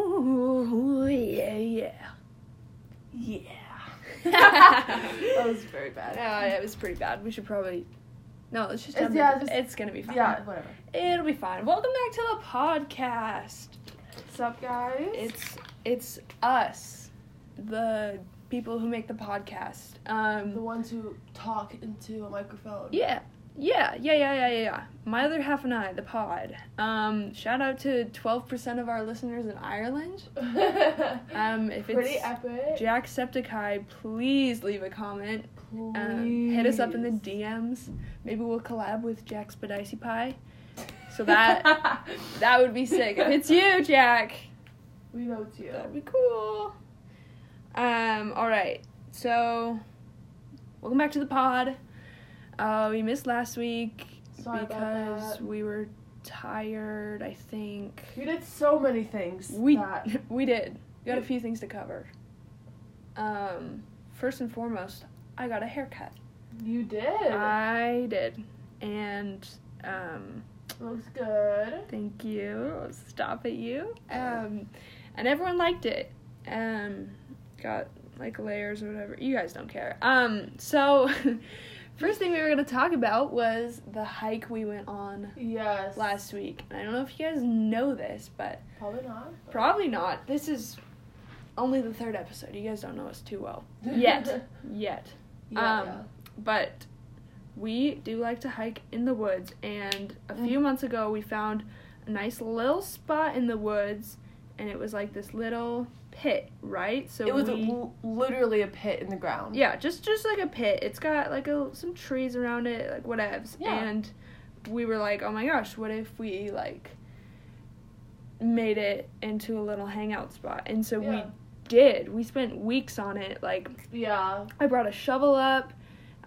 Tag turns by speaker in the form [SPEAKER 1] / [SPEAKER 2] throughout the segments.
[SPEAKER 1] Ooh, yeah, yeah. Yeah. that was very bad. Uh, it was pretty bad. We should probably. No, let's just.
[SPEAKER 2] It's-
[SPEAKER 1] end
[SPEAKER 2] yeah,
[SPEAKER 1] it.
[SPEAKER 2] just-
[SPEAKER 1] it's gonna be fine.
[SPEAKER 2] Yeah, whatever.
[SPEAKER 1] It'll be fine. Welcome back to the podcast.
[SPEAKER 2] What's up, guys?
[SPEAKER 1] It's it's us, the people who make the podcast.
[SPEAKER 2] the
[SPEAKER 1] Um,
[SPEAKER 2] ones who talk into a microphone.
[SPEAKER 1] yeah, yeah, yeah, yeah, yeah, yeah, yeah. My other half and I, the pod. Um, shout out to twelve percent of our listeners in Ireland. Um, if
[SPEAKER 2] Pretty
[SPEAKER 1] it's
[SPEAKER 2] epic.
[SPEAKER 1] Jacksepticeye, please leave a comment. Um, hit us up in the
[SPEAKER 2] Please.
[SPEAKER 1] DMs. Maybe we'll collab with Jack Spadicy Pie. So that that would be sick. If it's you, Jack,
[SPEAKER 2] we know it's you.
[SPEAKER 1] that'd be cool. Um. All right. So, welcome back to the pod. Uh, we missed last week
[SPEAKER 2] Sorry about
[SPEAKER 1] because
[SPEAKER 2] that.
[SPEAKER 1] we were tired. I think
[SPEAKER 2] We did so many things.
[SPEAKER 1] we
[SPEAKER 2] that-
[SPEAKER 1] we did. We got a few things to cover. Um. First and foremost, I got a haircut.
[SPEAKER 2] you did.
[SPEAKER 1] Uh, I did. And um
[SPEAKER 2] Looks good.
[SPEAKER 1] thank you. Stop at you. Um and everyone liked it. Um got like layers or whatever. You guys don't care. Um so first thing we were going to talk about was the hike we went on
[SPEAKER 2] Yes.
[SPEAKER 1] last week. And I don't know if you guys know this, but
[SPEAKER 2] Probably not. but-
[SPEAKER 1] probably not. This is only the third episode. You guys don't know us too well. Yet. Yet.
[SPEAKER 2] yeah,
[SPEAKER 1] Um, but we do like to hike in the woods and a
[SPEAKER 2] Mm.
[SPEAKER 1] few months ago we found a nice little spot in the woods and it was like this little pit right so
[SPEAKER 2] yeah. It was
[SPEAKER 1] we,
[SPEAKER 2] l- literally a pit in the ground.
[SPEAKER 1] yeah just just like a pit it's got like a, some trees around it like whatevs
[SPEAKER 2] Yeah.
[SPEAKER 1] and we were like oh my gosh what if we like made it into a little hangout spot and so we
[SPEAKER 2] Yeah.
[SPEAKER 1] did we spent weeks on it like
[SPEAKER 2] Yeah.
[SPEAKER 1] I brought a shovel up.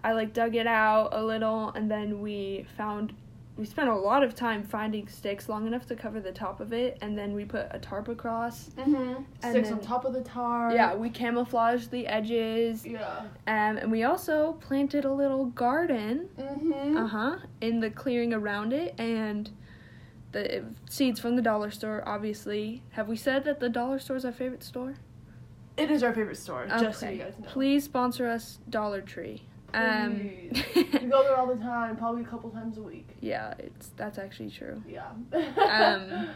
[SPEAKER 1] I like dug it out a little, and then we found. We spent a lot of time finding sticks long enough to cover the top of it, and then we put a tarp across.
[SPEAKER 2] Mm-hmm.
[SPEAKER 1] And
[SPEAKER 2] Sticks on
[SPEAKER 1] then-
[SPEAKER 2] top of the tar.
[SPEAKER 1] Yeah, we camouflaged the edges,
[SPEAKER 2] Yeah.
[SPEAKER 1] um, and we also planted a little garden.
[SPEAKER 2] Mm-hmm.
[SPEAKER 1] Uh huh. In the clearing around it, and the seeds from the dollar store. Obviously, have we said that the dollar store is our favorite store?
[SPEAKER 2] It is our favorite store, just so
[SPEAKER 1] Okay.
[SPEAKER 2] you guys know.
[SPEAKER 1] Please sponsor us, Dollar Tree. Um,
[SPEAKER 2] We go there all the time, probably a couple times a week.
[SPEAKER 1] Yeah, it's that's actually true.
[SPEAKER 2] Yeah.
[SPEAKER 1] Um,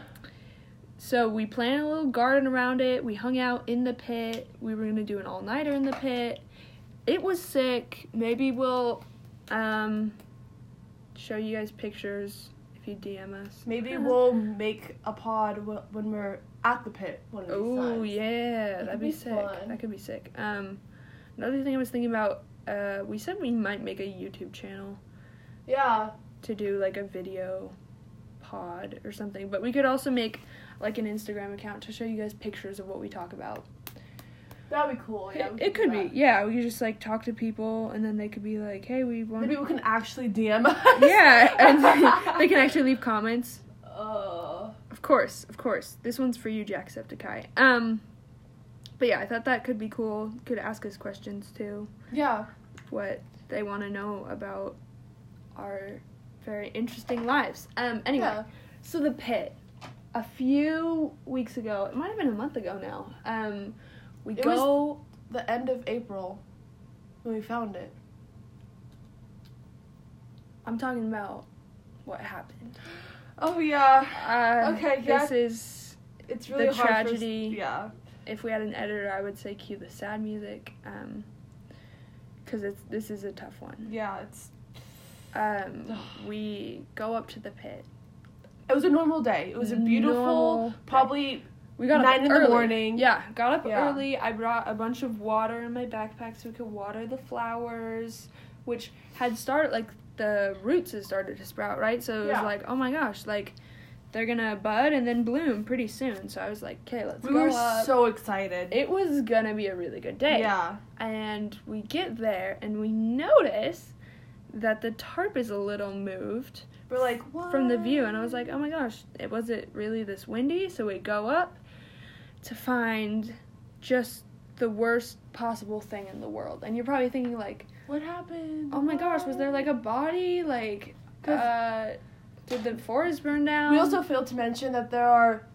[SPEAKER 1] So we planted a little garden around it. We hung out in the pit. We were gonna do an all nighter in the pit. It was sick. Maybe we'll um show you guys pictures if you DM us.
[SPEAKER 2] Maybe we'll make a pod wh- when we're at the pit one of these
[SPEAKER 1] Oh
[SPEAKER 2] times.
[SPEAKER 1] yeah,
[SPEAKER 2] could
[SPEAKER 1] that'd
[SPEAKER 2] be
[SPEAKER 1] be sick.
[SPEAKER 2] fun.
[SPEAKER 1] That could be sick. Um, another thing I was thinking about. Uh, we said we might make a YouTube channel
[SPEAKER 2] Yeah.
[SPEAKER 1] to do like a video pod or something, but we could also make like an Instagram account to show you guys pictures of what we talk about.
[SPEAKER 2] That'd be cool. Yeah.
[SPEAKER 1] It,
[SPEAKER 2] we
[SPEAKER 1] it
[SPEAKER 2] do
[SPEAKER 1] could
[SPEAKER 2] that.
[SPEAKER 1] be, yeah. We could just like talk to people, and then they could be like, "Hey, we want."
[SPEAKER 2] Maybe we can actually DM us.
[SPEAKER 1] yeah, and they- they can actually leave comments.
[SPEAKER 2] Uh,
[SPEAKER 1] Of course, of course. This one's for you, Jacksepticeye. Um, but yeah, I thought that could be cool. You could ask us questions too,
[SPEAKER 2] yeah.
[SPEAKER 1] what they want to know about our very interesting lives. Um, anyway,
[SPEAKER 2] Yeah.
[SPEAKER 1] so the pit. A few weeks ago, it might have been a month ago now. Um, we
[SPEAKER 2] It was-
[SPEAKER 1] go.
[SPEAKER 2] The end of April when we found it.
[SPEAKER 1] I'm talking about what happened.
[SPEAKER 2] Oh yeah.
[SPEAKER 1] Uh,
[SPEAKER 2] Okay,
[SPEAKER 1] This is
[SPEAKER 2] It's really
[SPEAKER 1] the
[SPEAKER 2] hard for us-
[SPEAKER 1] tragedy.
[SPEAKER 2] yeah.
[SPEAKER 1] if we had an editor, I would say cue the sad music, um, because it's this is a tough one.
[SPEAKER 2] Yeah. It's.
[SPEAKER 1] Um, we go up to the pit.
[SPEAKER 2] It was a normal day. It was a beautiful,
[SPEAKER 1] Normal day.
[SPEAKER 2] probably
[SPEAKER 1] We got
[SPEAKER 2] Nine
[SPEAKER 1] up
[SPEAKER 2] in the
[SPEAKER 1] early.
[SPEAKER 2] morning.
[SPEAKER 1] Yeah, got up
[SPEAKER 2] Yeah.
[SPEAKER 1] early. I brought a bunch of water in my backpack so we could water the flowers, which had started like the roots had started to sprout, right? So it was
[SPEAKER 2] Yeah.
[SPEAKER 1] like, oh my gosh, like they're gonna bud and then bloom pretty soon. So I was like, okay, let's
[SPEAKER 2] We
[SPEAKER 1] go
[SPEAKER 2] were
[SPEAKER 1] up.
[SPEAKER 2] so excited.
[SPEAKER 1] it was gonna be a really good day.
[SPEAKER 2] Yeah.
[SPEAKER 1] And we get there and we notice that the tarp is a little moved
[SPEAKER 2] We're like, what?
[SPEAKER 1] from the view. And I was like, oh my gosh, it was it really this windy? So we go up to find just the worst possible thing in the world. And you're probably thinking like,
[SPEAKER 2] what happened?
[SPEAKER 1] oh my gosh, was there like a body? Like, uh, did the forest burn down?
[SPEAKER 2] We also failed to mention that there are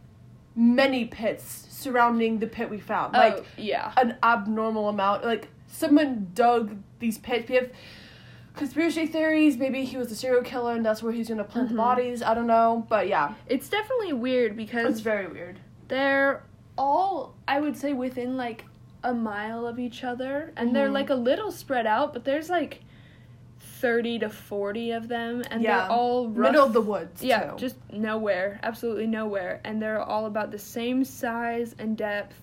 [SPEAKER 2] many pits surrounding the pit we found. Like
[SPEAKER 1] oh, yeah.
[SPEAKER 2] an abnormal amount. Like someone dug these pits. We have conspiracy theories. Maybe he was a serial killer and that's where he's gonna plant
[SPEAKER 1] Mhm.
[SPEAKER 2] the bodies. I don't know. But yeah,
[SPEAKER 1] It's definitely weird
[SPEAKER 2] it's
[SPEAKER 1] because
[SPEAKER 2] very weird.
[SPEAKER 1] they're all I would say within like a mile of each other and they're
[SPEAKER 2] Mhm.
[SPEAKER 1] like a little spread out, but there's like 30 to 40 of them and
[SPEAKER 2] Yeah.
[SPEAKER 1] they're all rough,
[SPEAKER 2] Middle of the woods.
[SPEAKER 1] Yeah,
[SPEAKER 2] too.
[SPEAKER 1] just nowhere, absolutely nowhere and they're all about the same size and depth.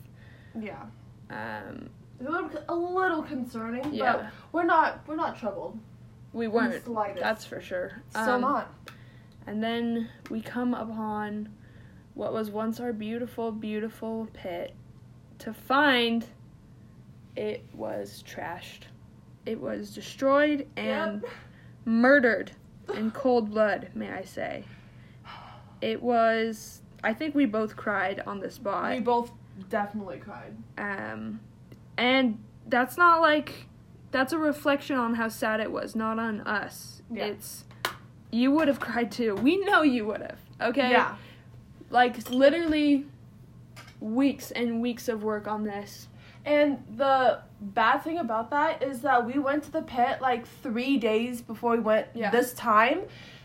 [SPEAKER 2] yeah.
[SPEAKER 1] Um
[SPEAKER 2] A little, a little concerning,
[SPEAKER 1] Yeah.
[SPEAKER 2] but we're not we're not troubled.
[SPEAKER 1] we
[SPEAKER 2] in the
[SPEAKER 1] weren't
[SPEAKER 2] slightest.
[SPEAKER 1] that's for sure.
[SPEAKER 2] so
[SPEAKER 1] Um,
[SPEAKER 2] not.
[SPEAKER 1] And then we come upon what was once our beautiful, beautiful pit to find it was trashed. It was destroyed and
[SPEAKER 2] Yep.
[SPEAKER 1] murdered in cold blood, may I say. It was I think we both cried on the
[SPEAKER 2] we
[SPEAKER 1] spot.
[SPEAKER 2] both definitely cried.
[SPEAKER 1] Um and that's not like that's a reflection on how sad it was, not on us.
[SPEAKER 2] Yeah.
[SPEAKER 1] It's you would have cried too. We know you would have. Okay?
[SPEAKER 2] Yeah.
[SPEAKER 1] like literally weeks and weeks of work on this.
[SPEAKER 2] And the bad thing about that is that we went to the pit like three days before we went
[SPEAKER 1] Yeah.
[SPEAKER 2] this time.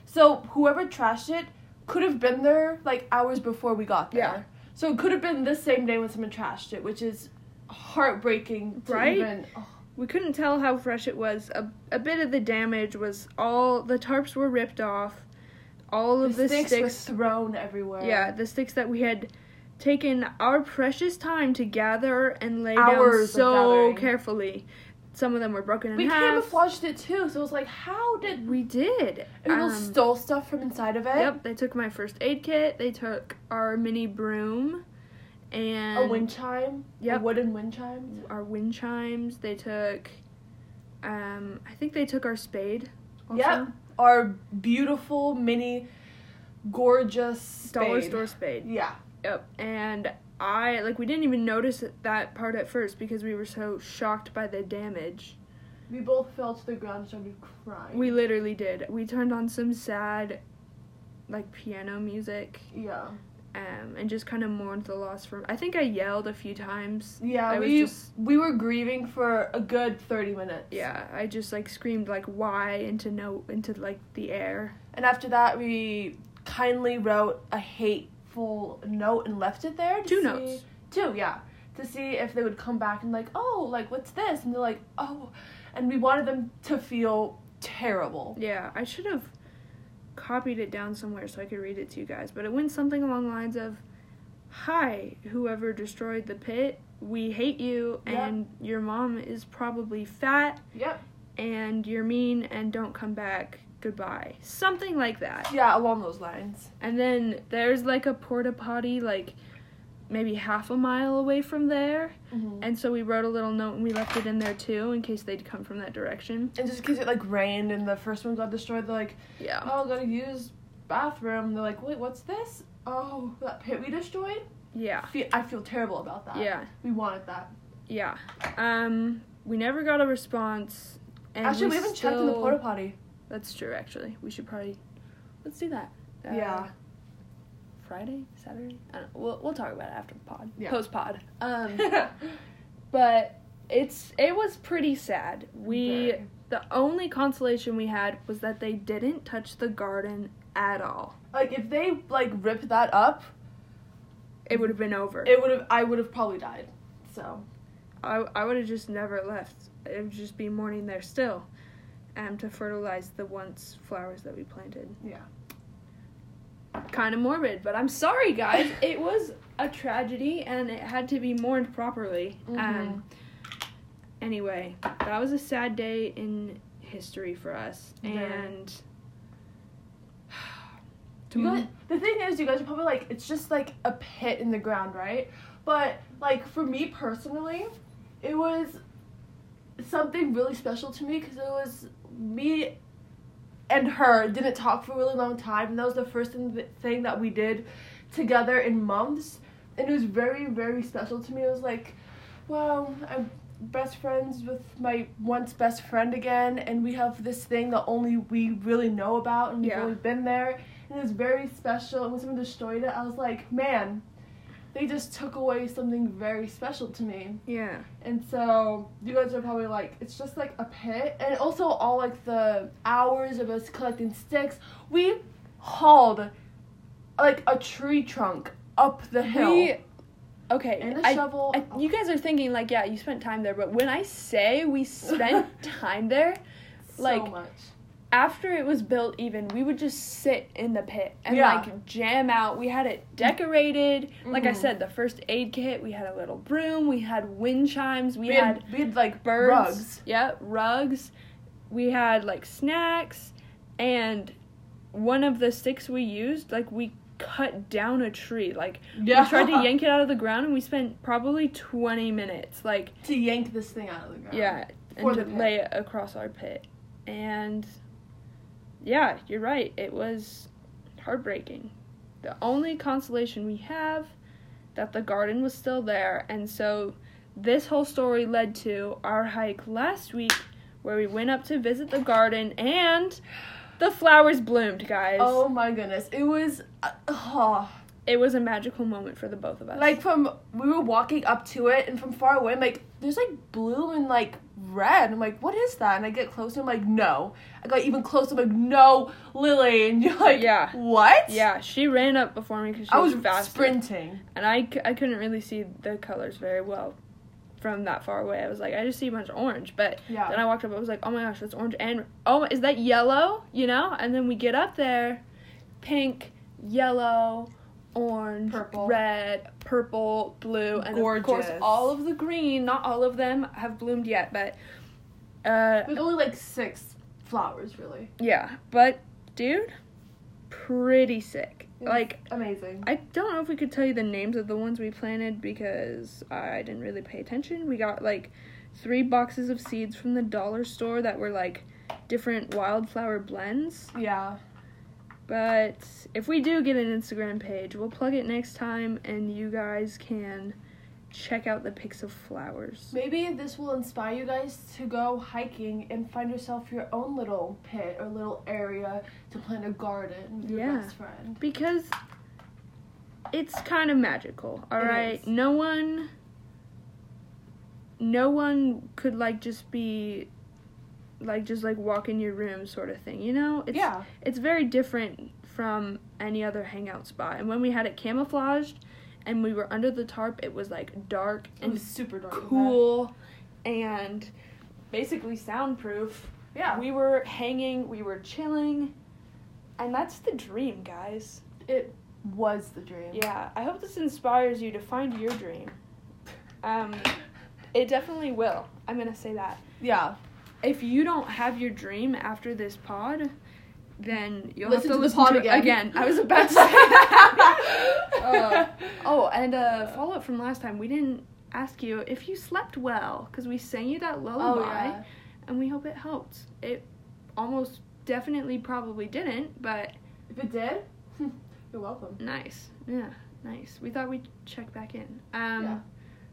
[SPEAKER 2] So whoever trashed it could have been there like hours before we got there.
[SPEAKER 1] Yeah.
[SPEAKER 2] So it could have been this same day when someone trashed it, which is heartbreaking to
[SPEAKER 1] Right?
[SPEAKER 2] even. Oh,
[SPEAKER 1] We couldn't tell how fresh it was. A, a bit of the damage was all the tarps were ripped off. All
[SPEAKER 2] the
[SPEAKER 1] of the,
[SPEAKER 2] sticks,
[SPEAKER 1] sticks,
[SPEAKER 2] were thrown everywhere.
[SPEAKER 1] yeah, the sticks that we had taken our precious time to gather and lay
[SPEAKER 2] Hours of
[SPEAKER 1] down so
[SPEAKER 2] gathering.
[SPEAKER 1] carefully. Some of them were broken in
[SPEAKER 2] We
[SPEAKER 1] half.
[SPEAKER 2] camouflaged it too, so it was like, how did
[SPEAKER 1] We did.
[SPEAKER 2] people
[SPEAKER 1] Um,
[SPEAKER 2] stole stuff from inside of it?
[SPEAKER 1] Yep, they took my first aid kit. They took our mini broom, and
[SPEAKER 2] A wind chime. Yeah. A
[SPEAKER 1] Yep.
[SPEAKER 2] wooden wind chime.
[SPEAKER 1] our wind chimes. They took, um, I think they took our spade. Also.
[SPEAKER 2] Yep. Our beautiful mini, gorgeous
[SPEAKER 1] Dollar
[SPEAKER 2] spade.
[SPEAKER 1] store spade.
[SPEAKER 2] Yeah.
[SPEAKER 1] Yep. And I like we didn't even notice that part at first because we were so shocked by the damage.
[SPEAKER 2] We both fell to the ground and started crying.
[SPEAKER 1] We literally did. We turned on some sad, like piano music,
[SPEAKER 2] yeah.
[SPEAKER 1] um, and just kind of mourned the loss. From I think I yelled a few times.
[SPEAKER 2] Yeah,
[SPEAKER 1] I was
[SPEAKER 2] we
[SPEAKER 1] just-
[SPEAKER 2] we were grieving for a good 30 minutes.
[SPEAKER 1] Yeah, I just like screamed like why into no into like the air.
[SPEAKER 2] And after that, we kindly wrote a hateful note and left it there. to
[SPEAKER 1] Two
[SPEAKER 2] see-
[SPEAKER 1] notes.
[SPEAKER 2] Two, yeah. To see if they would come back and like, "Oh, like what's this?" And they're like, "Oh." And we wanted them to feel terrible.
[SPEAKER 1] Yeah, I should have copied it down somewhere so I could read it to you guys, but it went something along the lines of Hi, whoever destroyed the pit, we hate you,
[SPEAKER 2] Yep.
[SPEAKER 1] and your mom is probably fat,
[SPEAKER 2] Yep.
[SPEAKER 1] and you're mean, and don't come back. Goodbye. Something like that.
[SPEAKER 2] Yeah, along those lines.
[SPEAKER 1] And then there's like a porta potty, like maybe half a mile away from there.
[SPEAKER 2] Mm-hmm.
[SPEAKER 1] And so we wrote a little note and we left it in there too in case they'd come from that direction.
[SPEAKER 2] And just in case it like rained and the first one got destroyed, they're like,
[SPEAKER 1] Yeah.
[SPEAKER 2] oh, gotta use bathroom. They're like, wait, what's this? Oh, that pit we destroyed?
[SPEAKER 1] Yeah.
[SPEAKER 2] I feel, I feel terrible about that.
[SPEAKER 1] Yeah.
[SPEAKER 2] We wanted that.
[SPEAKER 1] Yeah. Um, we never got a response. And
[SPEAKER 2] Actually, we, haven't checked in the
[SPEAKER 1] still-
[SPEAKER 2] porta potty.
[SPEAKER 1] That's true. Actually, we should probably let's do that. Uh,
[SPEAKER 2] yeah.
[SPEAKER 1] Friday, Saturday. I don't, we'll we'll talk about it after the pod.
[SPEAKER 2] Yeah.
[SPEAKER 1] Post pod. Um, but it's it was pretty sad. We
[SPEAKER 2] Very.
[SPEAKER 1] the only consolation we had was that they didn't touch the garden at all.
[SPEAKER 2] like if they like ripped that up,
[SPEAKER 1] It would have been over.
[SPEAKER 2] it would have. I would have probably died. So
[SPEAKER 1] I I would have just never left. It would just be mourning there still, um, to fertilize the once flowers that we planted.
[SPEAKER 2] yeah.
[SPEAKER 1] kind of morbid, but I'm sorry, guys. it was a tragedy and it had to be mourned properly.
[SPEAKER 2] Mm-hmm.
[SPEAKER 1] Um, anyway, that was a sad day in history for us.
[SPEAKER 2] Very.
[SPEAKER 1] And
[SPEAKER 2] You
[SPEAKER 1] Mm-hmm.
[SPEAKER 2] guys- the thing is, you guys are probably like, it's just like a pit in the ground, right? But like for me personally, it was something really special to me because it was me and her didn't talk for a really long time, and that was the first thing, th- thing that we did together in months, and it was very very special to me. It was like, wow, I'm best friends with my once best friend again, and we have this thing that only we really know about, and we've
[SPEAKER 1] Yeah.
[SPEAKER 2] only been there and it was very special. And when someone destroyed it, I was like, man, they just took away something very special to me.
[SPEAKER 1] Yeah.
[SPEAKER 2] And so you guys are probably like, it's just like a pit. And also all like the hours of us collecting sticks. We hauled like a tree trunk up the hill.
[SPEAKER 1] We, okay.
[SPEAKER 2] and a
[SPEAKER 1] I-
[SPEAKER 2] shovel. Oh,
[SPEAKER 1] I, you guys are thinking like, yeah, you spent time there, but when I say we spent time there,
[SPEAKER 2] so
[SPEAKER 1] like-
[SPEAKER 2] much.
[SPEAKER 1] after it was built, even we would just sit in the pit and
[SPEAKER 2] Yeah.
[SPEAKER 1] like jam out. We had it decorated, like I
[SPEAKER 2] Mhm.
[SPEAKER 1] said, the first aid kit. We had a little broom. We had wind chimes. We,
[SPEAKER 2] We
[SPEAKER 1] had,
[SPEAKER 2] had, we had like
[SPEAKER 1] birds.
[SPEAKER 2] rugs.
[SPEAKER 1] Yeah, rugs. We had like snacks, and one of the sticks we used, like we cut down a tree. Like we tried to yank it out of the ground, and we spent probably twenty minutes. Like
[SPEAKER 2] to yank this thing out of the ground.
[SPEAKER 1] yeah,
[SPEAKER 2] For
[SPEAKER 1] and
[SPEAKER 2] the
[SPEAKER 1] to
[SPEAKER 2] pit.
[SPEAKER 1] lay it across our pit. And yeah, you're right. It was heartbreaking. The only consolation we have that the garden was still there. And so this whole story led to our hike last week where we went up to visit the garden and the flowers bloomed, guys.
[SPEAKER 2] Oh my goodness. It was uh, oh.
[SPEAKER 1] It was a magical moment for the both of us.
[SPEAKER 2] like from we were walking up to it and from far away I'm like there's like blue and like red. I'm like, what is that? And I get closer, I'm like, no. I got even closer, I'm like, no, Lily. And you're like,
[SPEAKER 1] Yeah.
[SPEAKER 2] what?
[SPEAKER 1] yeah, she ran up before me because she
[SPEAKER 2] I was
[SPEAKER 1] fast.
[SPEAKER 2] sprinting.
[SPEAKER 1] and I, c- I couldn't really see the colors very well from that far away. I was like, I just see a bunch of orange. But
[SPEAKER 2] Yeah.
[SPEAKER 1] then I walked up, I was like, oh my gosh, that's orange. And oh, my- is that yellow? You know? And then we get up there pink, yellow, orange,
[SPEAKER 2] Purple.
[SPEAKER 1] red, purple, blue. And of course,
[SPEAKER 2] Gorgeous.
[SPEAKER 1] all of the green. Not all of them have bloomed yet, but uh,
[SPEAKER 2] With only like six flowers really.
[SPEAKER 1] yeah. But dude, pretty sick.
[SPEAKER 2] It was
[SPEAKER 1] Like,
[SPEAKER 2] amazing.
[SPEAKER 1] I don't know if we could tell you the names of the ones we planted because I didn't really pay attention. We got like three boxes of seeds from the dollar store that were like different wildflower blends.
[SPEAKER 2] Yeah.
[SPEAKER 1] But if we do get an Instagram page, we'll plug it next time and you guys can check out the pics of flowers.
[SPEAKER 2] Maybe this will inspire you guys to go hiking and find yourself your own little pit or little area to plant a garden with your
[SPEAKER 1] Yeah.
[SPEAKER 2] best friend.
[SPEAKER 1] Because it's kind of magical,
[SPEAKER 2] It
[SPEAKER 1] alright?
[SPEAKER 2] is.
[SPEAKER 1] No one. No one could like just be like just like walk in your room sort of thing, you know? It's
[SPEAKER 2] yeah.
[SPEAKER 1] it's very different from any other hangout spot. And when we had it camouflaged and we were under the tarp, it was like dark
[SPEAKER 2] It
[SPEAKER 1] and
[SPEAKER 2] was super dark. in
[SPEAKER 1] cool and basically soundproof.
[SPEAKER 2] there. Yeah.
[SPEAKER 1] We were hanging, we were chilling. And that's the dream, guys.
[SPEAKER 2] It was the dream.
[SPEAKER 1] Yeah, I hope this inspires you to find your dream. Um, it definitely will. I'm gonna say that.
[SPEAKER 2] Yeah.
[SPEAKER 1] If you don't have your dream after this pod, then you'll have
[SPEAKER 2] Listen
[SPEAKER 1] to,
[SPEAKER 2] to the
[SPEAKER 1] listen
[SPEAKER 2] pod
[SPEAKER 1] to
[SPEAKER 2] again.
[SPEAKER 1] it again. I was about to say. Uh, oh, and uh, follow up from last time, we didn't ask you if you slept well because we sang you that lullaby, and we hope it helped. It almost definitely probably didn't, but
[SPEAKER 2] If it did, you're welcome.
[SPEAKER 1] Nice. Yeah, nice. We thought we'd check back in. Um
[SPEAKER 2] Yeah.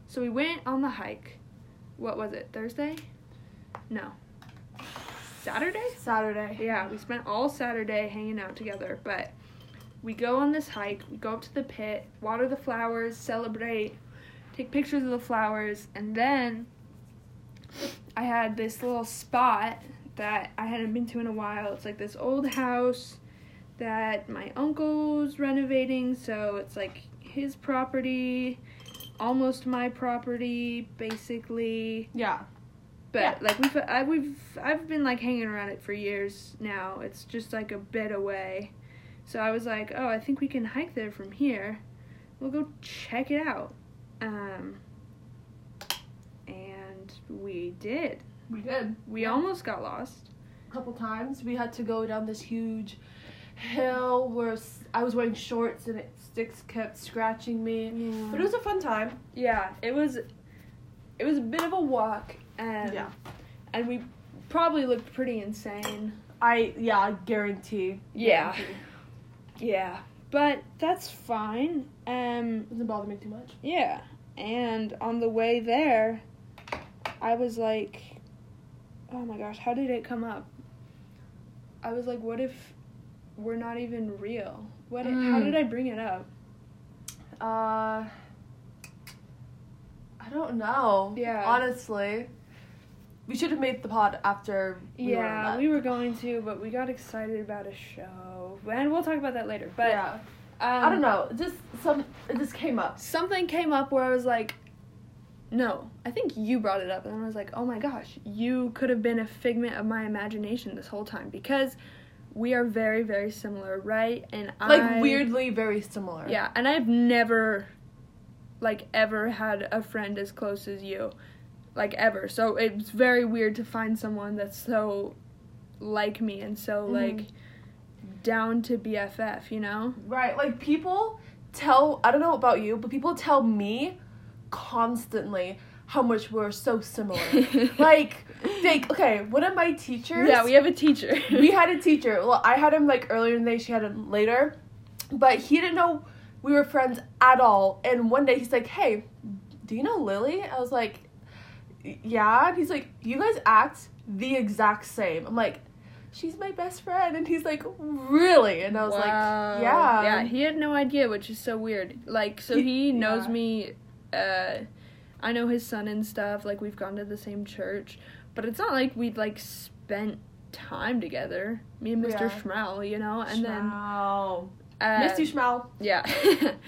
[SPEAKER 1] so we went on the hike. What was it? Thursday? No. Saturday?
[SPEAKER 2] Saturday.
[SPEAKER 1] Yeah, we spent all Saturday hanging out together, but we go on this hike, we go up to the pit, water the flowers, celebrate, take pictures of the flowers, and then I had this little spot that I hadn't been to in a while. It's like this old house that my uncle's renovating, so it's like his property, almost my property, basically.
[SPEAKER 2] Yeah.
[SPEAKER 1] But
[SPEAKER 2] Yeah.
[SPEAKER 1] like we've I, we've I've been like hanging around it for years now. It's just like a bit away, so I was like, oh, I think we can hike there from here. We'll go check it out, um, and we did.
[SPEAKER 2] We did.
[SPEAKER 1] We
[SPEAKER 2] Yeah.
[SPEAKER 1] almost got lost.
[SPEAKER 2] A couple times we had to go down this huge hill where s- I was wearing shorts and it sticks kept scratching me. But it was a fun time.
[SPEAKER 1] Yeah, it was. It was a bit of a walk, and
[SPEAKER 2] Yeah.
[SPEAKER 1] and we probably looked pretty insane.
[SPEAKER 2] I yeah, I guarantee.
[SPEAKER 1] Yeah.
[SPEAKER 2] Guarantee.
[SPEAKER 1] Yeah, but that's fine. Um,
[SPEAKER 2] Doesn't bother me too much.
[SPEAKER 1] Yeah. And on the way there, I was like, oh my gosh, how did it come up? I was like, what if we're not even real? What? How
[SPEAKER 2] Mm.
[SPEAKER 1] did I bring it up?
[SPEAKER 2] Uh don't know.
[SPEAKER 1] Yeah.
[SPEAKER 2] Honestly, we should have made the pod after. We were
[SPEAKER 1] yeah,
[SPEAKER 2] on
[SPEAKER 1] we
[SPEAKER 2] that.
[SPEAKER 1] were going to, but we got excited about a show, and we'll talk about that later. But
[SPEAKER 2] yeah.
[SPEAKER 1] um,
[SPEAKER 2] I don't know. Just some. It just came up.
[SPEAKER 1] Something came up where I was like, no, I think you brought it up, and I was like, oh my gosh, you could have been a figment of my imagination this whole time because we are very, very similar, right? And I
[SPEAKER 2] Like weirdly very similar.
[SPEAKER 1] Yeah, and I've never, like, ever had a friend as close as you, like, ever. So it's very weird to find someone that's so like me and so,
[SPEAKER 2] Mhm.
[SPEAKER 1] like, down to BFF, you know?
[SPEAKER 2] Right. Like people tell. I don't know about you, but people tell me constantly how much we're so similar. like, like okay, one of my teachers.
[SPEAKER 1] yeah, we have a teacher.
[SPEAKER 2] we had a teacher. Well, I had him like earlier in the day, she had him later. But he didn't know we were friends at all. And one day he's like, Hey, do you know Lily? I was like, Yeah. And he's like, You guys act the exact same. I'm like, She's my best friend. And he's like, Really? And I was
[SPEAKER 1] Wow.
[SPEAKER 2] like, Yeah.
[SPEAKER 1] Yeah, he had no idea, which is so weird. Like, so
[SPEAKER 2] He-
[SPEAKER 1] he knows
[SPEAKER 2] yeah.
[SPEAKER 1] me. Uh, I know his son and stuff. Like, we've gone to the same church, but it's not like we'd like spent time together. Me and Mr.
[SPEAKER 2] Yeah.
[SPEAKER 1] Schmel, you know, and
[SPEAKER 2] Schmau.
[SPEAKER 1] then uh,
[SPEAKER 2] Missed you, Schmau.
[SPEAKER 1] yeah.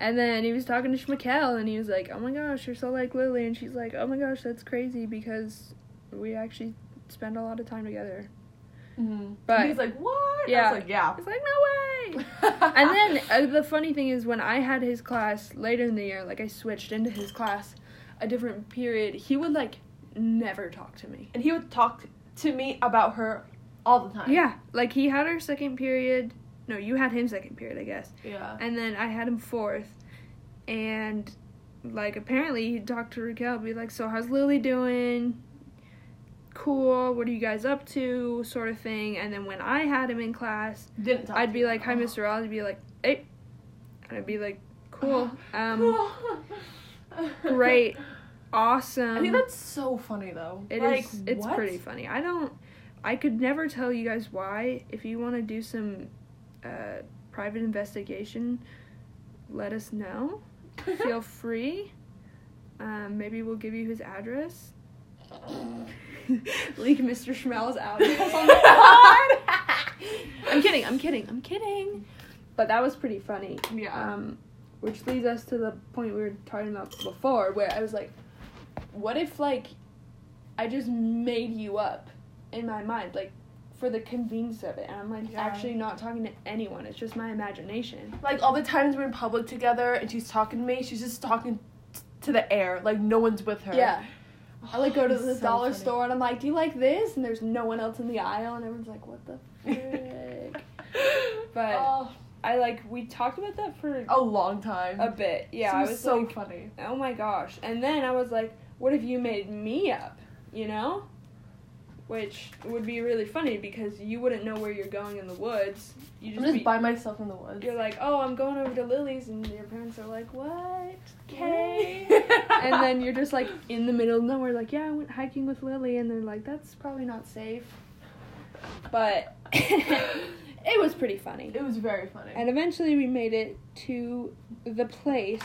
[SPEAKER 1] And then he was talking to Schmackel, and he was like, "Oh my gosh, you're so like Lily," and she's like, "Oh my gosh, that's crazy because we actually spend a lot of time together."
[SPEAKER 2] Mm-hmm.
[SPEAKER 1] But-
[SPEAKER 2] he's like, What?
[SPEAKER 1] Yeah.
[SPEAKER 2] I was like, Yeah.
[SPEAKER 1] It's like no way. and then uh, the funny thing is when i had his class later in the year like i switched into his class a different period he would like never talk to me
[SPEAKER 2] and he would talk to me about her all the time.
[SPEAKER 1] yeah like he had our second period no you had him second period i guess
[SPEAKER 2] Yeah.
[SPEAKER 1] and then i had him fourth and like apparently he'd talk to raquel and be like so how's lily doing cool what are you guys up to sort of thing and then when i had him in class
[SPEAKER 2] Didn't talk
[SPEAKER 1] I'd
[SPEAKER 2] to
[SPEAKER 1] be
[SPEAKER 2] you
[SPEAKER 1] like,
[SPEAKER 2] at
[SPEAKER 1] "Hi,
[SPEAKER 2] all.
[SPEAKER 1] Mr. Ross." He'd be like, "Hey," and I'd be like, "Cool, um,
[SPEAKER 2] Uh-huh. Cool.
[SPEAKER 1] great, awesome."
[SPEAKER 2] I think that's so funny though.
[SPEAKER 1] It
[SPEAKER 2] like,
[SPEAKER 1] is- It's
[SPEAKER 2] what?
[SPEAKER 1] pretty funny. I don't. I could never tell you guys why. If you want to do some uh, private investigation, let us know. Feel free. Um, maybe we'll give you his address. Leak Mr. Schmel's out on the
[SPEAKER 2] Oh
[SPEAKER 1] pod. I'm kidding. I'm kidding. I'm kidding. But that was pretty funny.
[SPEAKER 2] Yeah.
[SPEAKER 1] Um, which leads us to the point we were talking about before, where I was like, what if like I just made you up in my mind, like for the convenience of it, and I'm like
[SPEAKER 2] Yeah.
[SPEAKER 1] actually not talking to anyone. It's just my imagination.
[SPEAKER 2] like all the times we're in public together and she's talking to me, she's just talking t- to the air. Like no one's with her. Oh,
[SPEAKER 1] Yeah. I like go to
[SPEAKER 2] It's
[SPEAKER 1] the
[SPEAKER 2] so
[SPEAKER 1] dollar
[SPEAKER 2] funny.
[SPEAKER 1] store and I'm like, do you like this? And there's no one else in the aisle, and everyone's like, what the frick? But-
[SPEAKER 2] Oh,
[SPEAKER 1] I like we talked about that for
[SPEAKER 2] a long time.
[SPEAKER 1] a bit. Yeah,
[SPEAKER 2] Oh. She
[SPEAKER 1] I
[SPEAKER 2] was
[SPEAKER 1] was
[SPEAKER 2] so
[SPEAKER 1] like,
[SPEAKER 2] funny.
[SPEAKER 1] oh my gosh. And then I was like, what if you made me up? You know? Which would be really funny because you wouldn't know where you're going in the woods. You
[SPEAKER 2] I'm
[SPEAKER 1] just,
[SPEAKER 2] just
[SPEAKER 1] be,
[SPEAKER 2] by myself in the woods.
[SPEAKER 1] you're like, oh, I'm going over to Lily's, and your parents are like, what? Okay. and
[SPEAKER 2] and
[SPEAKER 1] then you're just like in the middle of nowhere, like, yeah, I went hiking with Lily, and they're like, that's probably not safe. But it was pretty funny.
[SPEAKER 2] it was very funny.
[SPEAKER 1] And eventually we made it to the place.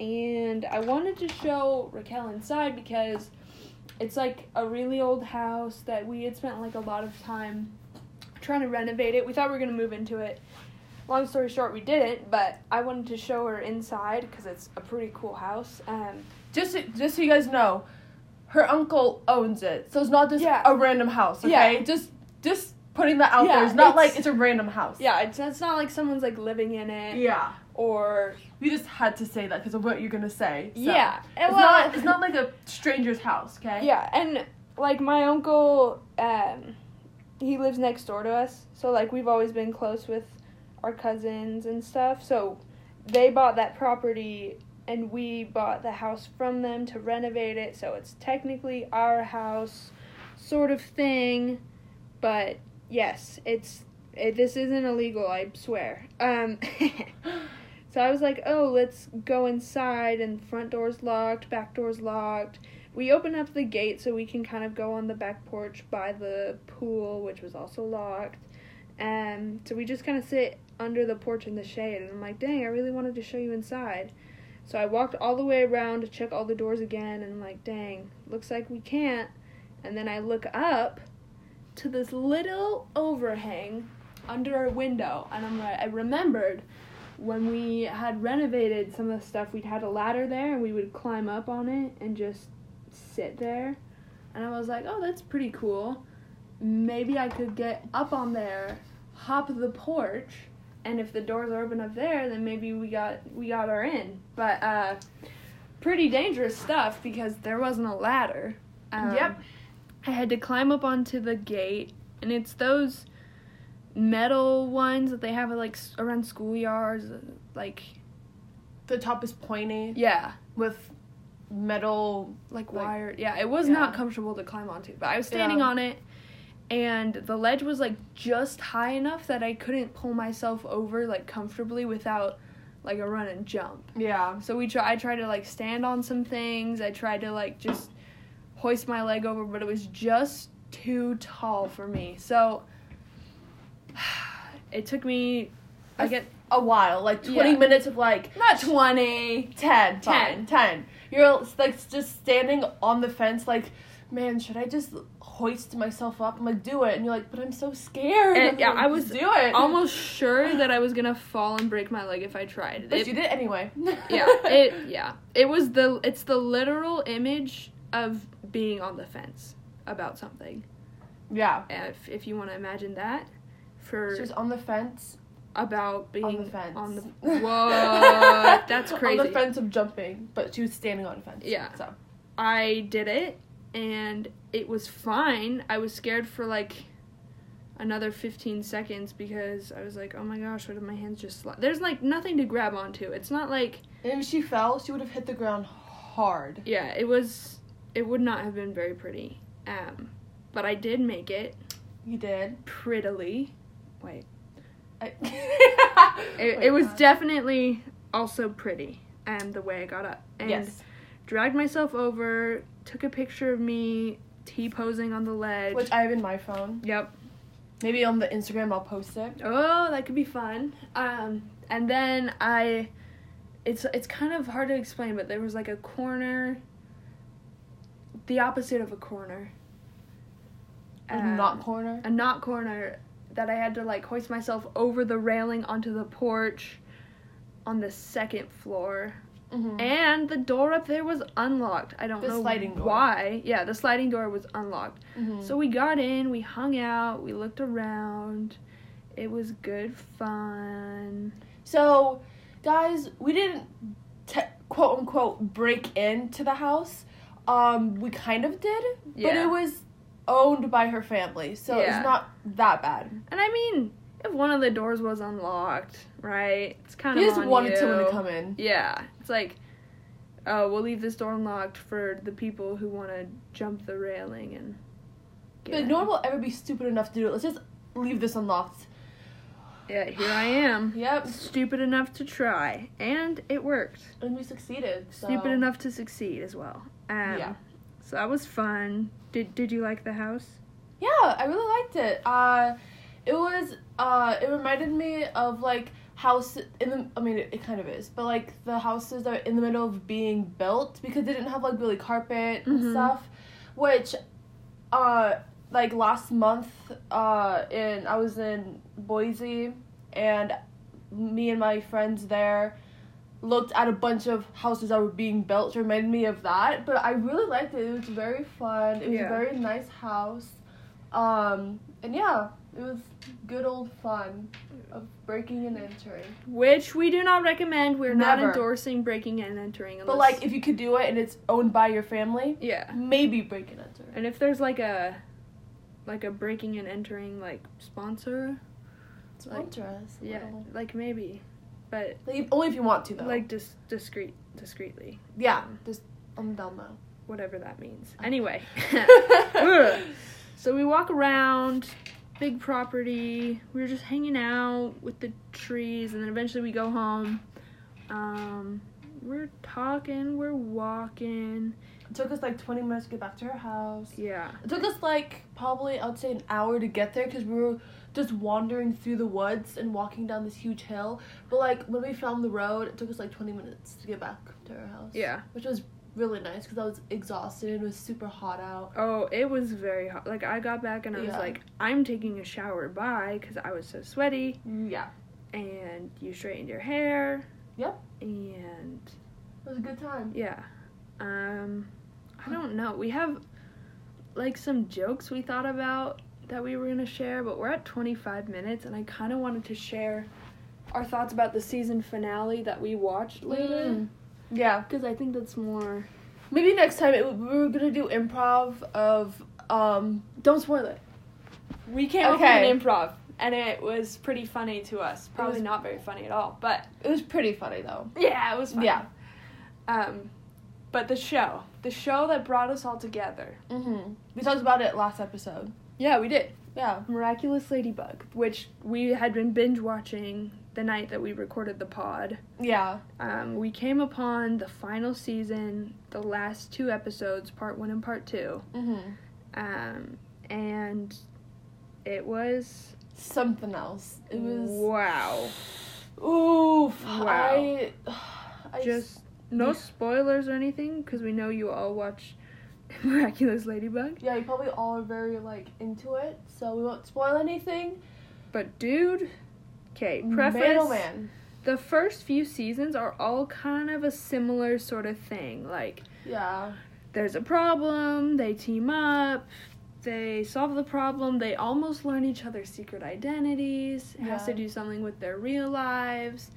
[SPEAKER 1] And I wanted to show Raquel inside because it's like a really old house that we had spent like a lot of time trying to renovate it. We thought we were going to move into it. Long story short, we didn't, but I wanted to show her inside because it's a pretty cool house. Um,
[SPEAKER 2] just so, just so you guys know, her uncle owns it, so it's not just
[SPEAKER 1] Yeah.
[SPEAKER 2] a random house. Okay,
[SPEAKER 1] Yeah.
[SPEAKER 2] just just putting that out
[SPEAKER 1] Yeah,
[SPEAKER 2] there. It's not
[SPEAKER 1] it's-
[SPEAKER 2] like it's a random house.
[SPEAKER 1] yeah, it's, it's not like someone's like living in it
[SPEAKER 2] yeah.
[SPEAKER 1] or.
[SPEAKER 2] We just had to say that because of what you're gonna say. so.
[SPEAKER 1] Yeah.
[SPEAKER 2] it's
[SPEAKER 1] well-
[SPEAKER 2] not it's not like a stranger's house. Okay.
[SPEAKER 1] Yeah, and like my uncle, um, he lives next door to us, so like we've always been close with our cousins and stuff. So they bought that property, and we bought the house from them to renovate it. So it's technically our house, sort of thing. But yes, it's it, this isn't illegal. I swear. Um. So I was like, oh, let's go inside, and front door's locked, back door's locked. We open up the gate so we can kind of go on the back porch by the pool, which was also locked. Um, so we just kind of sit under the porch in the shade, and I'm like, dang, I really wanted to show you inside. So I walked all the way around to check all the doors again and like, dang, looks like we can't. And then I look up to this little overhang under our window and I'm like I remembered when we had renovated some of the stuff, we'd had a ladder there and we would climb up on it and just sit there. And I was like, oh, that's pretty cool. Maybe I could get up on there, hop the porch, and if the doors are open up there, then maybe we got we got our in. But uh, pretty dangerous stuff because there wasn't a ladder. Um,
[SPEAKER 2] Yep.
[SPEAKER 1] I had to climb up onto the gate, and it's those metal ones that they have at, like s- around schoolyards, uh, like
[SPEAKER 2] The top is pointy
[SPEAKER 1] yeah,
[SPEAKER 2] with metal.
[SPEAKER 1] like
[SPEAKER 2] Like-
[SPEAKER 1] wire. Yeah, it was
[SPEAKER 2] Yeah.
[SPEAKER 1] not comfortable to climb onto, but I was standing
[SPEAKER 2] Yeah.
[SPEAKER 1] on it, and the ledge was like just high enough that I couldn't pull myself over like comfortably without like a run and jump.
[SPEAKER 2] Yeah.
[SPEAKER 1] So we try. I tried to like stand on some things. I tried to like just hoist my leg over, but it was just too tall for me. So it took me. I get
[SPEAKER 2] A while, like 20
[SPEAKER 1] Yeah.
[SPEAKER 2] minutes of like
[SPEAKER 1] not twenty.
[SPEAKER 2] 10,
[SPEAKER 1] 10.
[SPEAKER 2] fine, 10. You're like just standing on the fence, like, man, should I just hoist myself up? I'm like, do it. And you're like, but I'm so scared.
[SPEAKER 1] And,
[SPEAKER 2] I'm
[SPEAKER 1] yeah,
[SPEAKER 2] like,
[SPEAKER 1] I was
[SPEAKER 2] "Just do it.
[SPEAKER 1] Almost sure that I was gonna fall and break my leg if I tried.
[SPEAKER 2] But
[SPEAKER 1] It-
[SPEAKER 2] you did it anyway.
[SPEAKER 1] yeah, it yeah. It was the it's the literal image of being on the fence about something.
[SPEAKER 2] yeah.
[SPEAKER 1] If if you want to imagine that,
[SPEAKER 2] She
[SPEAKER 1] for
[SPEAKER 2] was on the fence.
[SPEAKER 1] about being
[SPEAKER 2] On the fence.
[SPEAKER 1] on the- Whoa, that's
[SPEAKER 2] on
[SPEAKER 1] crazy.
[SPEAKER 2] the fence of jumping, but she was standing on a fence.
[SPEAKER 1] Yeah.
[SPEAKER 2] So
[SPEAKER 1] I did it and it was fine. I was scared for like another 15 seconds because I was like, oh my gosh, what did my hands just slide? There's like nothing to grab onto. It's not like,
[SPEAKER 2] and if she fell, she would have hit the ground hard.
[SPEAKER 1] yeah, it was, it would not have been very pretty. Um, but I did make it
[SPEAKER 2] You did.
[SPEAKER 1] prettily. Wait,
[SPEAKER 2] I-
[SPEAKER 1] it,
[SPEAKER 2] Wait,
[SPEAKER 1] it was
[SPEAKER 2] uh,
[SPEAKER 1] definitely also pretty. And the way I got up. And
[SPEAKER 2] yes.
[SPEAKER 1] dragged myself over, took a picture of me T posing on the ledge.
[SPEAKER 2] Which I have in my phone.
[SPEAKER 1] yep.
[SPEAKER 2] Maybe on the Instagram I'll post it.
[SPEAKER 1] Oh, that could be fun. Um, and then I, it's it's kind of hard to explain, but there was like a corner, the opposite of a corner.
[SPEAKER 2] A
[SPEAKER 1] Um,
[SPEAKER 2] knot corner.
[SPEAKER 1] a knot corner that I had to like hoist myself over the railing onto the porch, on the second floor.
[SPEAKER 2] Mm-hmm.
[SPEAKER 1] And the door up there was unlocked. I don't
[SPEAKER 2] The
[SPEAKER 1] know
[SPEAKER 2] sliding door.
[SPEAKER 1] why. Yeah, the sliding door was unlocked.
[SPEAKER 2] Mhm.
[SPEAKER 1] So we got in, we hung out, we looked around. It was good fun.
[SPEAKER 2] So, guys, we didn't te- quote unquote break into the house. Um, we kind of did, but
[SPEAKER 1] Yeah.
[SPEAKER 2] it was owned by her family, so
[SPEAKER 1] Yeah.
[SPEAKER 2] it's not that bad.
[SPEAKER 1] And I mean, if one of the doors was unlocked, right? It's kind
[SPEAKER 2] He
[SPEAKER 1] of
[SPEAKER 2] just
[SPEAKER 1] on
[SPEAKER 2] wanted
[SPEAKER 1] you.
[SPEAKER 2] someone to come in.
[SPEAKER 1] Yeah, it's like, oh, we'll leave this door unlocked for the people who want to jump the railing and. get
[SPEAKER 2] But
[SPEAKER 1] in.
[SPEAKER 2] no one will ever be stupid enough to do it. Let's just leave this unlocked.
[SPEAKER 1] Yeah, here I am.
[SPEAKER 2] Yep,
[SPEAKER 1] Stupid enough to try, and it worked.
[SPEAKER 2] and we succeeded. So.
[SPEAKER 1] Stupid enough to succeed as well. Um,
[SPEAKER 2] Yeah.
[SPEAKER 1] So that was fun. Did Did you like the house?
[SPEAKER 2] Yeah, I really liked it. Uh, it was. Uh, it reminded me of like house in the. I mean, it, it kind of is, but like the houses that are in the middle of being built because they didn't have like really carpet
[SPEAKER 1] Mhm.
[SPEAKER 2] and stuff, which, uh, like last month, uh, in I was in Boise, and me and my friends there looked at a bunch of houses that were being built reminded me of that but i really liked it it was very fun it was
[SPEAKER 1] Yeah.
[SPEAKER 2] a very nice house um and yeah it was good old fun of breaking and entering
[SPEAKER 1] Which we do not recommend. We're not
[SPEAKER 2] Never.
[SPEAKER 1] endorsing breaking and entering. Unless,
[SPEAKER 2] but like if you could do it and it's owned by your family
[SPEAKER 1] yeah,
[SPEAKER 2] maybe break and enter
[SPEAKER 1] and if there's like a, like a breaking and entering like sponsor,
[SPEAKER 2] sponsor us a
[SPEAKER 1] yeah,
[SPEAKER 2] little.
[SPEAKER 1] like maybe, but
[SPEAKER 2] like, only if you want to though
[SPEAKER 1] like dis- discreet, discreetly,
[SPEAKER 2] yeah just on the down low
[SPEAKER 1] whatever that means. Anyway, so we walk around, big property. We were just hanging out with the trees, and then eventually we go home. Um, we're talking, we're walking.
[SPEAKER 2] It took us like 20 minutes to get back to her house.
[SPEAKER 1] Yeah.
[SPEAKER 2] It took us like probably I'd say an hour to get there because we were just wandering through the woods and walking down this huge hill. But like when we found the road, it took us like 20 minutes to get back to our house.
[SPEAKER 1] Yeah.
[SPEAKER 2] Which was really nice because I was exhausted and it was super hot out.
[SPEAKER 1] Oh, it was very hot. Like I got back and I was
[SPEAKER 2] Yeah.
[SPEAKER 1] like, I'm taking a shower. Bye, because I was so sweaty.
[SPEAKER 2] Yeah.
[SPEAKER 1] And you straightened your hair.
[SPEAKER 2] Yep.
[SPEAKER 1] And
[SPEAKER 2] It was a good time.
[SPEAKER 1] yeah, um, I don't know. We have like some jokes we thought about that we were gonna share, but we're at 25 minutes, and I kind of wanted to share our thoughts about the season finale that we watched later
[SPEAKER 2] Mm. Yeah.
[SPEAKER 1] because I think that's more.
[SPEAKER 2] Maybe next time it, we were gonna do improv of um
[SPEAKER 1] Don't spoil it. We came up
[SPEAKER 2] Okay.
[SPEAKER 1] with an improv, and it was pretty funny to us. Probably
[SPEAKER 2] was-
[SPEAKER 1] not very funny at all, but
[SPEAKER 2] it was pretty funny though.
[SPEAKER 1] Yeah, it was fun.
[SPEAKER 2] Yeah.
[SPEAKER 1] Um, but the show, the show that brought us all together.
[SPEAKER 2] Mm-hmm. We talked about it last episode.
[SPEAKER 1] Yeah, we did.
[SPEAKER 2] Yeah.
[SPEAKER 1] Miraculous Ladybug, which we had been binge watching the night that we recorded the pod.
[SPEAKER 2] Yeah.
[SPEAKER 1] Um, we came upon the final season, the last two episodes, part one and part two.
[SPEAKER 2] Mm-hmm.
[SPEAKER 1] Um, and it was
[SPEAKER 2] Something else. It was
[SPEAKER 1] wow.
[SPEAKER 2] oof.
[SPEAKER 1] Wow.
[SPEAKER 2] I, I
[SPEAKER 1] Just no
[SPEAKER 2] Yeah.
[SPEAKER 1] spoilers or anything, because we know you all watch Miraculous Ladybug.
[SPEAKER 2] yeah. You probably all are very like into it, so we won't spoil anything.
[SPEAKER 1] But dude, okay, preface.
[SPEAKER 2] Man, oh man.
[SPEAKER 1] The first few seasons are all kind of a similar sort of thing. Like
[SPEAKER 2] Yeah.
[SPEAKER 1] there's a problem, they team up, they solve the problem, they almost learn each other's secret identities. It has
[SPEAKER 2] Yeah.
[SPEAKER 1] to do something with their real lives.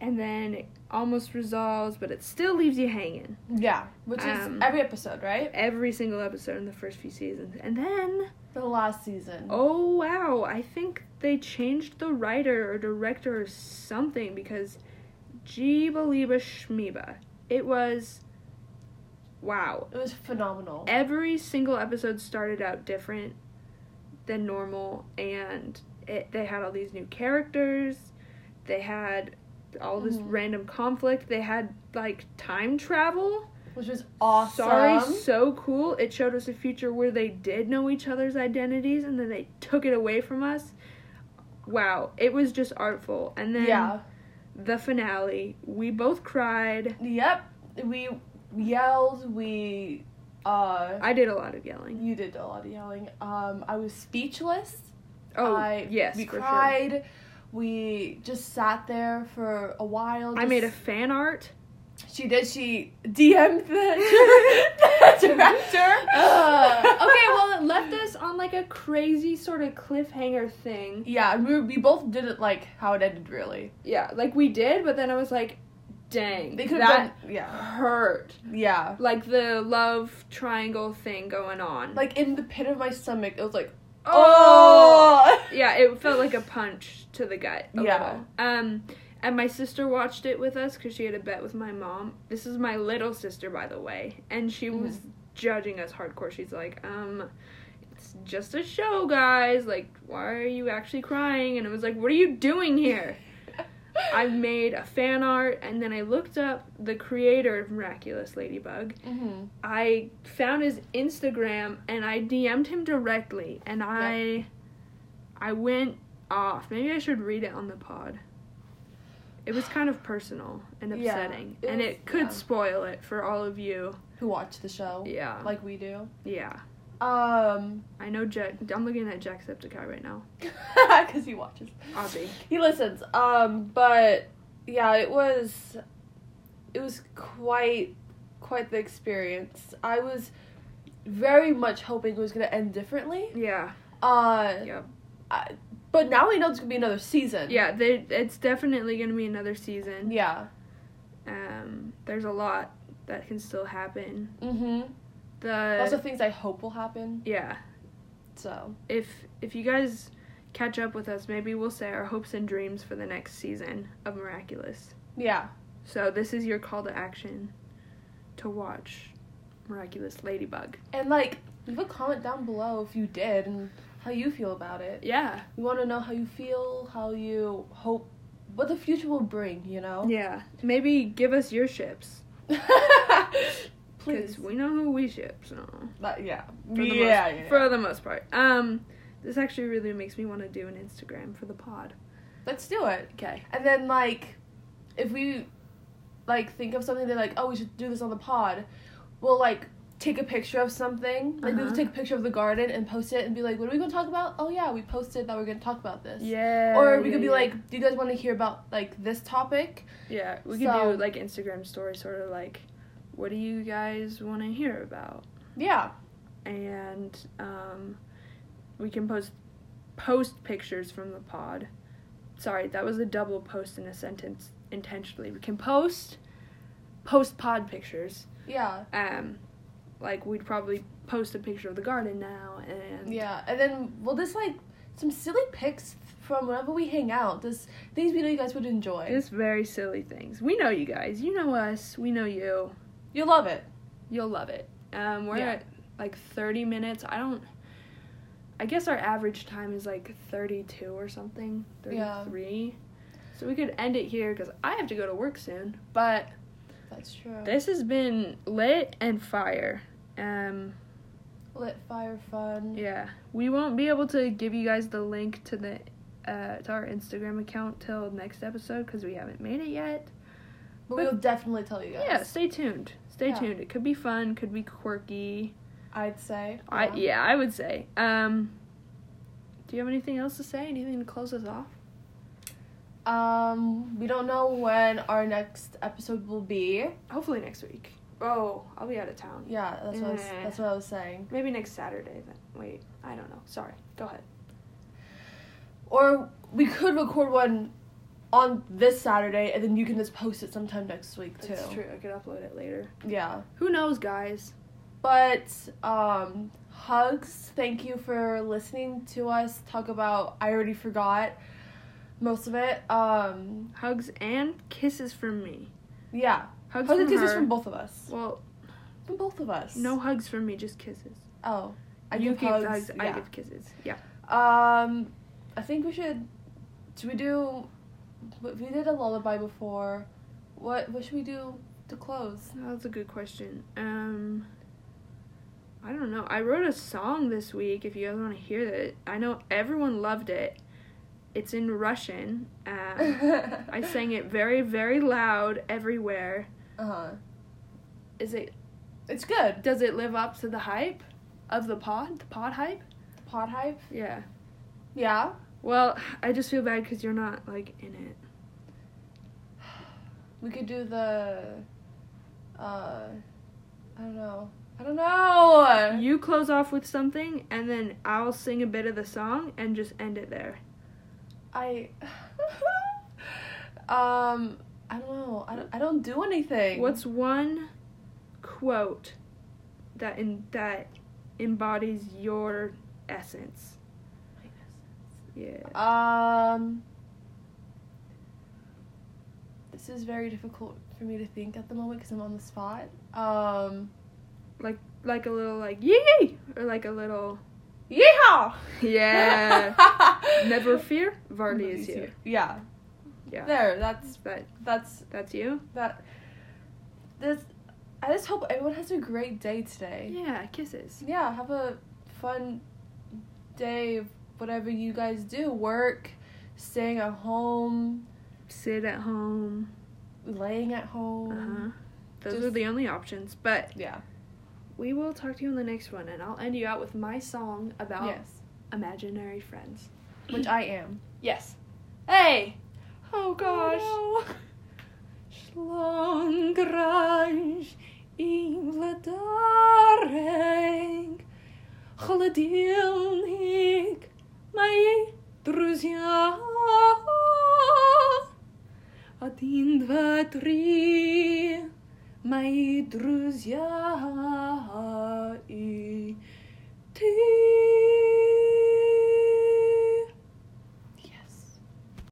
[SPEAKER 1] And then it almost resolves, but it still leaves you hanging.
[SPEAKER 2] Yeah. Which is
[SPEAKER 1] Um,
[SPEAKER 2] every episode, right?
[SPEAKER 1] Every single episode in the first few seasons. And then
[SPEAKER 2] For the last season.
[SPEAKER 1] Oh wow, I think they changed the writer or director or something because Jeebaliba Shmeba. It was wow.
[SPEAKER 2] It was phenomenal.
[SPEAKER 1] Every single episode started out different than normal and it, they had all these new characters. They had all this
[SPEAKER 2] Mhm.
[SPEAKER 1] random conflict. They had like time travel.
[SPEAKER 2] Which was awesome.
[SPEAKER 1] Sorry, so cool. It showed us a future where they did know each other's identities and then they took it away from us. Wow, it was just artful. And then
[SPEAKER 2] Yeah.
[SPEAKER 1] the finale, we both cried.
[SPEAKER 2] Yep. We yelled. We. Uh,
[SPEAKER 1] I did a lot of yelling.
[SPEAKER 2] you did a lot of yelling. Um, I was speechless.
[SPEAKER 1] Oh,
[SPEAKER 2] I,
[SPEAKER 1] yes,
[SPEAKER 2] We
[SPEAKER 1] for sure.
[SPEAKER 2] cried. We just sat there for a while.
[SPEAKER 1] I made a
[SPEAKER 2] just-
[SPEAKER 1] fan art.
[SPEAKER 2] She did. She DM'd the, the director.
[SPEAKER 1] Ugh. okay, well, it left us on like a crazy sort of cliffhanger thing.
[SPEAKER 2] Yeah, and we, were- we both didn't like how it ended. Really,
[SPEAKER 1] Yeah, like we did, but then I was like, dang,
[SPEAKER 2] they could have
[SPEAKER 1] that
[SPEAKER 2] done. Yeah,
[SPEAKER 1] hurt.
[SPEAKER 2] yeah.
[SPEAKER 1] like the love triangle thing going on.
[SPEAKER 2] Like in the pit of my stomach, it was like,
[SPEAKER 1] oh,
[SPEAKER 2] oh,
[SPEAKER 1] yeah, it felt like a punch to the gut. A
[SPEAKER 2] Yeah.
[SPEAKER 1] Little. Um, and my sister watched it with us because she had a bet with my mom. This is my little sister, by the way, and she was judging us hardcore. She's like, um. It's just a show, guys. Like, why are you actually crying? And it was like, what are you doing here? I made a fan art, and then I looked up the creator of Miraculous Ladybug,
[SPEAKER 2] Mhm.
[SPEAKER 1] I found his Instagram and I DM'd him directly and I I went off. Maybe I should read it on the pod. It was kind of personal and
[SPEAKER 2] Yeah,
[SPEAKER 1] upsetting.
[SPEAKER 2] it
[SPEAKER 1] and
[SPEAKER 2] was-
[SPEAKER 1] it could
[SPEAKER 2] yeah.
[SPEAKER 1] spoil it for all of you.
[SPEAKER 2] Who watched the show?
[SPEAKER 1] Yeah.
[SPEAKER 2] Like we do.
[SPEAKER 1] yeah.
[SPEAKER 2] Um,
[SPEAKER 1] I know Jack I'm looking at Jacksepticeye right now.
[SPEAKER 2] because he watches.
[SPEAKER 1] Ozzy.
[SPEAKER 2] he listens um but yeah it was it was quite quite the experience i was very much hoping it was going to end differently
[SPEAKER 1] Yeah.
[SPEAKER 2] uh
[SPEAKER 1] Yeah.
[SPEAKER 2] I- but now we know it's going to be another season
[SPEAKER 1] Yeah, they, it's definitely going to be another season.
[SPEAKER 2] yeah
[SPEAKER 1] Um there's a lot that can still happen.
[SPEAKER 2] mm-hmm
[SPEAKER 1] The
[SPEAKER 2] also things i hope will happen
[SPEAKER 1] yeah.
[SPEAKER 2] so
[SPEAKER 1] if if you guys catch up with us, maybe we'll say our hopes and dreams for the next season of Miraculous.
[SPEAKER 2] yeah
[SPEAKER 1] So this is your call to action to watch Miraculous Ladybug.
[SPEAKER 2] and like leave a comment down below if you did and how you feel about it
[SPEAKER 1] Yeah.
[SPEAKER 2] we want to know how you feel how you hope what the future will bring you know
[SPEAKER 1] Yeah. Maybe give us your ships.
[SPEAKER 2] Please.
[SPEAKER 1] Because we know who we ship, so.
[SPEAKER 2] But, yeah.
[SPEAKER 1] For the
[SPEAKER 2] yeah,
[SPEAKER 1] most,
[SPEAKER 2] yeah,
[SPEAKER 1] For
[SPEAKER 2] yeah.
[SPEAKER 1] the most part. Um, this actually really makes me want to do an Instagram for the pod.
[SPEAKER 2] Let's do it.
[SPEAKER 1] Okay.
[SPEAKER 2] And then like, if we like think of something, they're like, oh, we should do this on the pod. We'll like take a picture of something. Like we'll
[SPEAKER 1] Uh-huh.
[SPEAKER 2] take a picture of the garden and post it and be like, what are we gonna talk about? Oh yeah, we posted that we're gonna talk about this.
[SPEAKER 1] Yeah.
[SPEAKER 2] Or we
[SPEAKER 1] yeah,
[SPEAKER 2] could be
[SPEAKER 1] yeah.
[SPEAKER 2] like, do you guys want to hear about like this topic?
[SPEAKER 1] Yeah, we could
[SPEAKER 2] So-
[SPEAKER 1] do like Instagram story, sort of like, what do you guys want to hear about?
[SPEAKER 2] Yeah.
[SPEAKER 1] And um, we can post post pictures from the pod. Sorry, that was a double post in a sentence intentionally. We can post post pod pictures.
[SPEAKER 2] Yeah.
[SPEAKER 1] Um, like we'd probably post a picture of the garden now, and
[SPEAKER 2] Yeah. And then we'll just like some silly pics from whenever we hang out. Just things we know you guys would enjoy.
[SPEAKER 1] just very silly things. We know you guys. You know us. We know you.
[SPEAKER 2] You'll love it.
[SPEAKER 1] You'll love it. Um, we're
[SPEAKER 2] Yeah.
[SPEAKER 1] at like 30 minutes. I don't. I guess our average time is like 32 or something,
[SPEAKER 2] Yeah.
[SPEAKER 1] 33. So we could end it here because I have to go to work soon. But
[SPEAKER 2] That's true.
[SPEAKER 1] this has been lit and fire. Um,
[SPEAKER 2] Lit fire fun.
[SPEAKER 1] yeah, we won't be able to give you guys the link to the uh, to our Instagram account till next episode because we haven't made it yet.
[SPEAKER 2] But we'll definitely tell you guys.
[SPEAKER 1] Yeah, stay tuned. Stay
[SPEAKER 2] Yeah.
[SPEAKER 1] tuned. It could be fun. Could be quirky.
[SPEAKER 2] I'd say.
[SPEAKER 1] I yeah, I would say. Um Do you have anything else to say? Anything to close us off?
[SPEAKER 2] Um, we don't know when our next episode will be.
[SPEAKER 1] Hopefully next week. Oh, I'll be out of town.
[SPEAKER 2] Yeah, that's what I was,
[SPEAKER 1] Eh.
[SPEAKER 2] that's what I was saying.
[SPEAKER 1] Maybe next Saturday then. Wait, I don't know. Sorry. Go ahead.
[SPEAKER 2] Or we could record one on this Saturday, and then you can just post it sometime next week too.
[SPEAKER 1] That's true. I could upload it later.
[SPEAKER 2] Yeah,
[SPEAKER 1] Who knows, guys?
[SPEAKER 2] but um, hugs. Thank you for listening to us talk about. I already forgot most of it. Um,
[SPEAKER 1] Hugs and kisses from me.
[SPEAKER 2] yeah,
[SPEAKER 1] Hugs,
[SPEAKER 2] hugs
[SPEAKER 1] from
[SPEAKER 2] and kisses
[SPEAKER 1] her.
[SPEAKER 2] from both of us.
[SPEAKER 1] Well,
[SPEAKER 2] From both of us.
[SPEAKER 1] no hugs from me, just kisses.
[SPEAKER 2] Oh, I
[SPEAKER 1] you
[SPEAKER 2] give hugs.
[SPEAKER 1] I
[SPEAKER 2] yeah.
[SPEAKER 1] give kisses. Yeah.
[SPEAKER 2] Um, I think we should. Should we do? We we did a lullaby before. What what should we do to close?
[SPEAKER 1] That's a good question. Um, I don't know. I wrote a song this week. If you guys want to hear it, I know everyone loved it. It's in Russian. Um, I
[SPEAKER 2] I
[SPEAKER 1] sang it very, very loud everywhere.
[SPEAKER 2] Uh huh.
[SPEAKER 1] Is it?
[SPEAKER 2] It's good.
[SPEAKER 1] Does it live up to the hype of the pod? The pod hype?
[SPEAKER 2] Pod hype.
[SPEAKER 1] Yeah.
[SPEAKER 2] Yeah.
[SPEAKER 1] Well, I just feel bad because you're not like in it.
[SPEAKER 2] We could do the. Uh, I don't know. I don't know.
[SPEAKER 1] You close off with something, and then I'll sing a bit of the song and just end it there.
[SPEAKER 2] I. um. I don't know. I don't, I don't do anything.
[SPEAKER 1] What's one quote that in that embodies your essence? Yeah.
[SPEAKER 2] Um, this is very difficult for me to think at the moment because I'm on the spot. Um,
[SPEAKER 1] Like a little like yee or like a little
[SPEAKER 2] yeehaw!
[SPEAKER 1] Yeah. Never fear, Varley is here.
[SPEAKER 2] Yeah,
[SPEAKER 1] Yeah.
[SPEAKER 2] there. That's
[SPEAKER 1] That
[SPEAKER 2] that's
[SPEAKER 1] that's you?
[SPEAKER 2] that. This. I just hope everyone has a great day today.
[SPEAKER 1] Yeah, kisses.
[SPEAKER 2] Yeah, have a fun day of whatever you guys do. Work, staying at home,
[SPEAKER 1] Sit at home.
[SPEAKER 2] laying at home.
[SPEAKER 1] Uh-huh. Those
[SPEAKER 2] Just-
[SPEAKER 1] are the only options. But
[SPEAKER 2] Yeah.
[SPEAKER 1] we will talk to you in the next one and I'll end you out with my song about
[SPEAKER 2] Yes.
[SPEAKER 1] imaginary friends.
[SPEAKER 2] Which I am.
[SPEAKER 1] Yes. Hey! Oh gosh.
[SPEAKER 2] Oh, no.
[SPEAKER 1] Slangrange in Vladareng. Холодильник, мои друзья. Один, два, три, мои друзья. И